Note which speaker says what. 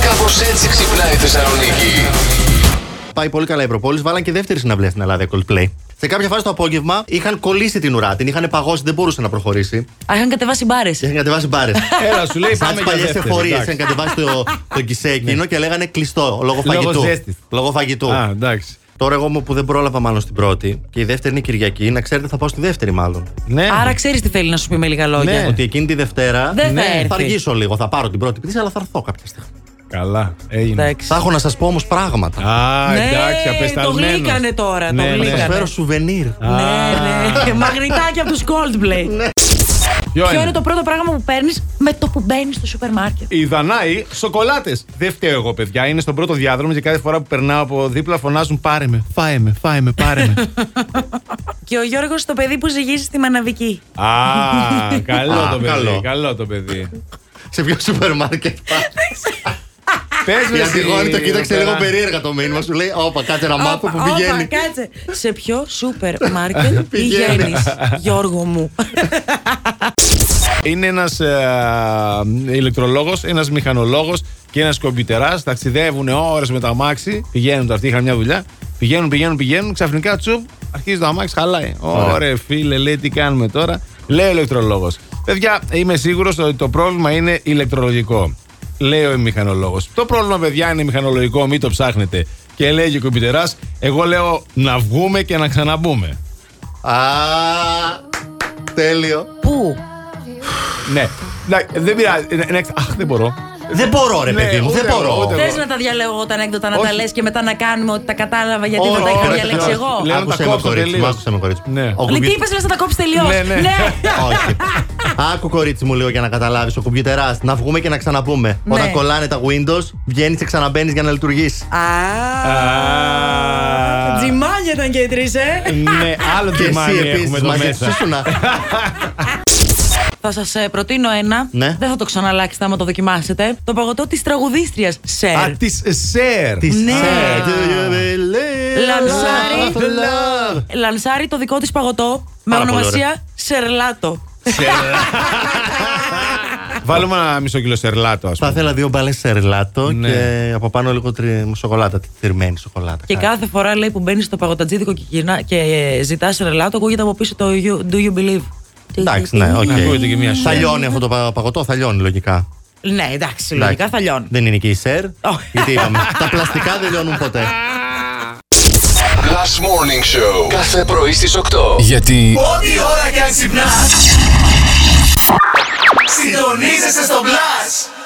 Speaker 1: Κάπως έτσι ξυπνάει η Θεσσαλονίκη.
Speaker 2: Πάει πολύ καλά η Ευρωπόλης. Βάλαν και δεύτερη συναυλία στην Ελλάδα, Coldplay. Σε κάποια φάση το απόγευμα είχαν κολλήσει την ουρά, την είχαν παγώσει, δεν μπορούσε να προχωρήσει.
Speaker 3: Α, είχαν κατεβάσει μπάρες.
Speaker 2: Και είχαν κατεβάσει μπάρες.
Speaker 4: Έλα, σου λέει
Speaker 2: Σαν
Speaker 4: πάμε
Speaker 2: τις
Speaker 4: για
Speaker 2: παλιές
Speaker 4: δεύτερη.
Speaker 2: εφορίες.
Speaker 4: εντάξει. Ναι.
Speaker 2: Είχαν κατεβάσει το, το κισέ εκείνο και λέγανε κλειστό λόγω
Speaker 4: Λόγω
Speaker 2: φαγητού.
Speaker 4: ζέστης.
Speaker 2: Λόγω φαγητού.
Speaker 4: Α, εντάξει.
Speaker 2: Τώρα εγώ μου που δεν πρόλαβα μάλλον στην πρώτη και η δεύτερη είναι Κυριακή, να ξέρετε θα πάω στη δεύτερη μάλλον.
Speaker 4: Ναι.
Speaker 3: Άρα ξέρεις τι θέλει να σου πει με λίγα λόγια.
Speaker 4: Ναι.
Speaker 2: Ότι εκείνη τη Δευτέρα Ναι.
Speaker 3: Δεν θα έρθεις.
Speaker 2: θα αργήσω λίγο. Θα πάρω την πρώτη πτήση, αλλά θα έρθω κάποια στιγμή.
Speaker 4: Καλά, έγινε.
Speaker 3: Εντάξει.
Speaker 2: Θα έχω να σας πω όμως πράγματα.
Speaker 4: Α,
Speaker 3: Ναι,
Speaker 4: εντάξει,
Speaker 3: το
Speaker 4: απεσταλμένος. Ναι,
Speaker 3: γλύκανε τώρα, το
Speaker 2: Θα σα
Speaker 3: γλύκανε.
Speaker 2: φέρω σουβενίρ.
Speaker 3: Ναι, ναι. Μαγνητάκι από τους Coldplay. Ποιο είναι το πρώτο πράγμα που παίρνεις με το που μπαίνεις στο σούπερ μάρκετ.
Speaker 4: Οι Δανάοι σοκολάτες. Δεν φταίω εγώ, παιδιά. Είναι στον πρώτο διάδρομο και κάθε φορά που περνάω από δίπλα φωνάζουν Πάρε με, φάε με, φάε με, πάρε με.
Speaker 3: Και ο Γιώργος το παιδί που ζυγίζει στη Μαναβική.
Speaker 4: Α, καλό
Speaker 2: Α,
Speaker 4: το
Speaker 2: καλό.
Speaker 4: παιδί. Καλό το παιδί.
Speaker 2: Σε ποιο σούπερ μάρκετ πας?
Speaker 4: Πες με,
Speaker 2: Η Αντιγόνη το
Speaker 4: εσύ,
Speaker 2: κοίταξε
Speaker 4: πέρα.
Speaker 2: λίγο περίεργα το μήνυμα. Σου λέει: Όπα, κάτσε να μάθω
Speaker 3: Όπα,
Speaker 2: που
Speaker 3: όπα,
Speaker 2: πηγαίνει.
Speaker 3: κάτσε. Σε ποιο σούπερ μάρκετ
Speaker 2: Πηγαίνει.
Speaker 3: πηγαίνεις, Γιώργο μου.
Speaker 4: Είναι ε, ένα ηλεκτρολόγος, ένας μηχανολόγος και ένας κομπιουτερά. Ταξιδεύουν ώρες με τα αμάξι. Πηγαίνουν τα αυτοί, είχαν μια δουλειά. Πηγαίνουν, πηγαίνουν, πηγαίνουν. Ξαφνικά τσουπ, αρχίζει το αμάξι, χαλάει. Ωραία, φίλε, λέει τι κάνουμε τώρα. Λέει ο ηλεκτρολόγος. Παιδιά, είμαι σίγουρος ότι το πρόβλημα είναι ηλεκτρολογικό. Λέει ο μηχανολόγος. Το πρόβλημα, παιδιά, είναι μηχανολογικό, μην το ψάχνετε. Και λέει και ο κομπιουτερά, εγώ λέω να βγούμε και να ξαναμπούμε.
Speaker 2: Α, τέλειο.
Speaker 3: Πού?
Speaker 4: Ναι. Να- Δεν πειράζει. Ε, ναι, Αχ, δεν μπορώ.
Speaker 2: Δεν μπορώ, ρε
Speaker 4: Ναι,
Speaker 2: παιδί μου,
Speaker 4: ούτε
Speaker 2: δεν
Speaker 4: εγώ,
Speaker 2: μπορώ.
Speaker 4: ούτε εγώ.
Speaker 3: Θε να τα διαλέγω τα ανέκδοτα, να
Speaker 4: Όχι.
Speaker 3: τα λες και μετά να κάνουμε ότι τα κατάλαβα γιατί
Speaker 2: Όχι,
Speaker 3: Ε, δεν τα είχα
Speaker 2: όχι,
Speaker 3: διαλέξει
Speaker 2: όχι.
Speaker 3: εγώ.
Speaker 4: Λέω να τα
Speaker 2: Άκουσε με
Speaker 4: κόψω
Speaker 2: κορίτσι μου,
Speaker 4: τελείως.
Speaker 2: άκουσε με κορίτσι μου.
Speaker 4: Ναι.
Speaker 2: Ο
Speaker 3: Λέει τι
Speaker 2: κουμπι-
Speaker 3: είπε, λε να τα κόψεις τελείως.
Speaker 4: Ναι, ναι.
Speaker 2: Όχι. Άκου κορίτσι μου λίγο για να καταλάβεις. Ο κουμπιουτερά να βγούμε και να ξαναπούμε.
Speaker 3: Ναι.
Speaker 2: Όταν κολλάνε τα Windows, βγαίνεις και ξαναμπαίνεις για να λειτουργήσει.
Speaker 3: Α.
Speaker 4: Α.
Speaker 3: Τζιμάνια ήταν και οι τρει, ε.
Speaker 4: Ναι, άλλο
Speaker 2: Και εσύ
Speaker 4: τιμάνι έχουμε
Speaker 2: επίση
Speaker 4: εδώ
Speaker 2: μαζί
Speaker 4: μέσα.
Speaker 2: σου να.
Speaker 3: Θα σας προτείνω ένα.
Speaker 2: Ναι.
Speaker 3: Δεν θα το ξαναλλάξετε άμα το δοκιμάσετε. Το παγωτό της τραγουδίστριας Σερ.
Speaker 4: Α, της ΣΕΡ.
Speaker 2: Της
Speaker 3: Ναι.
Speaker 2: Say, do you believe
Speaker 3: Λανσάρι.
Speaker 2: in love?
Speaker 3: Λανσάρει το δικό της παγωτό με
Speaker 2: Πάρα πολύ
Speaker 3: ονομασία Σερλάτο.
Speaker 4: Βάλουμε ένα μισό κιλό σερλάτο, ας
Speaker 2: Θα
Speaker 4: πούμε.
Speaker 2: ήθελα δύο μπαλές σερλάτο
Speaker 4: Ναι.
Speaker 2: και από πάνω λίγο τρι... σοκολάτα, τη θυρμένη σοκολάτα.
Speaker 3: Και κάθε φορά λέει που μπαίνει στο παγωτατζίδικο και, γυρνά- και ε, ζητά σερλάτο, ακούγεται από πίσω το you, Do you believe.
Speaker 2: Εντάξει, ναι, οκ.
Speaker 4: Ακούγεται και μια
Speaker 2: Θα
Speaker 4: σερ.
Speaker 2: λιώνει αυτό το πα- παγωτό, θα λιώνει λογικά.
Speaker 3: Ναι, εντάξει, λογικά
Speaker 2: Εντάξει.
Speaker 3: θα λιώνει.
Speaker 2: Δεν είναι και η σερ.
Speaker 3: Ω.
Speaker 2: Γιατί είπαμε, τα πλαστικά δεν λιώνουν ποτέ.
Speaker 1: Last Morning Show. Κάθε πρωί στις 8.
Speaker 5: Γιατί
Speaker 6: Ό,τι ώρα κι αν ξυπνάς Συντονίζεσαι στο Blast.